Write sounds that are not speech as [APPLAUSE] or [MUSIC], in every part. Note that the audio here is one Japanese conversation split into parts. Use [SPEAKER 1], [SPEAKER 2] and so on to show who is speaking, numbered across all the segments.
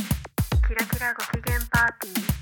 [SPEAKER 1] キラキラご機嫌パーティー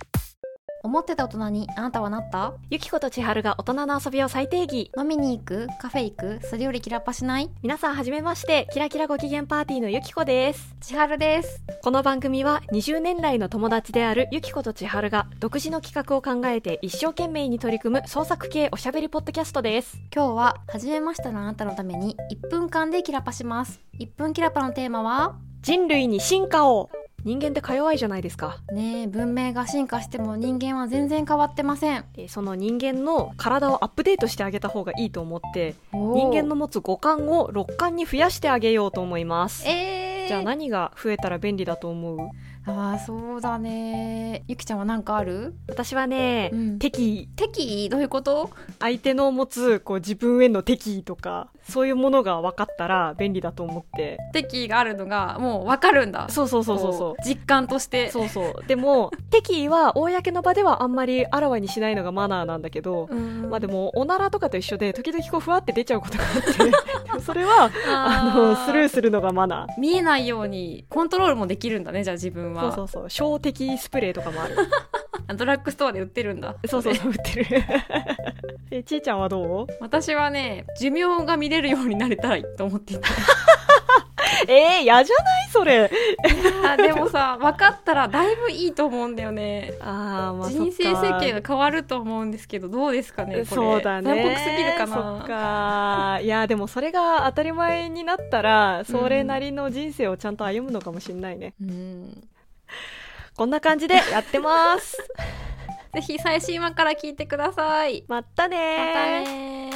[SPEAKER 2] 思ってた大人にあなたはなった
[SPEAKER 3] ゆきこと千春が大人の遊びを最定義
[SPEAKER 2] 飲みに行くカフェ行くそれよりキラパしない
[SPEAKER 3] 皆さんはじめましてキラキラご機嫌パーティーのゆきこです
[SPEAKER 2] 千春です
[SPEAKER 3] この番組は20年来の友達であるゆきこと千春が独自の企画を考えて一生懸命に取り組む創作系おしゃべりポッドキャストです
[SPEAKER 2] 今日は初めましたのあなたのために1分間でキラパします1分キラパのテーマは
[SPEAKER 3] 人類に進化を人間ってか弱いじゃないですか
[SPEAKER 2] ねえ文明が進化しても人間は全然変わってません
[SPEAKER 3] でその人間の体をアップデートしてあげた方がいいと思って人
[SPEAKER 2] 人
[SPEAKER 3] 間の持つ五感を六感に増やしてあげようと思います
[SPEAKER 2] えー、
[SPEAKER 3] じゃあ何が増えたら便利だと思う
[SPEAKER 2] あーそうだねゆきちゃんは何かある
[SPEAKER 3] 私はね、
[SPEAKER 2] うん
[SPEAKER 3] 敵意
[SPEAKER 2] 敵意どういうこと
[SPEAKER 3] 相手の持つこう自分への敵意とかそういうものが分かったら便利だと思って
[SPEAKER 2] 敵意があるのがもうわかるんだ
[SPEAKER 3] そうそうそうそう
[SPEAKER 2] こ
[SPEAKER 3] そう
[SPEAKER 2] 実感として
[SPEAKER 3] うそうそうでも敵意は公の場ではあんまりあらわにしないのがマナーなんだけど、
[SPEAKER 2] うん
[SPEAKER 3] まあでもおならとかと一緒で時々こうふわって出ちゃうことがあ [LAUGHS] ってでもそれはあの
[SPEAKER 2] ー
[SPEAKER 3] スルーするのがマナー
[SPEAKER 2] 見えないようにコントロールもできるんだねじゃあ自分は
[SPEAKER 3] そうそうそう小敵スプレーとかもある
[SPEAKER 2] あドラッグストアで売ってるんだ
[SPEAKER 3] そうそうそう売ってる [LAUGHS] えちーちゃんはどう
[SPEAKER 2] 私はね寿命が見れるようになれたらいいと思っていた
[SPEAKER 3] えー、嫌じゃないそれ
[SPEAKER 2] あ [LAUGHS] でもさ分かったらだいぶいいと思うんだよね
[SPEAKER 3] あーまあ
[SPEAKER 2] 人生設計が変わると思うんですけどどうですかねこれ
[SPEAKER 3] そうだね
[SPEAKER 2] 残酷すぎるかな
[SPEAKER 3] そっかいやでもそれが当たり前になったらそれなりの人生をちゃんと歩むのかもしれないね、
[SPEAKER 2] うん
[SPEAKER 3] こんな感じでやってます
[SPEAKER 2] [LAUGHS] ぜひ最新話から聞いてください
[SPEAKER 3] まったね
[SPEAKER 2] ま
[SPEAKER 3] ー
[SPEAKER 2] たねー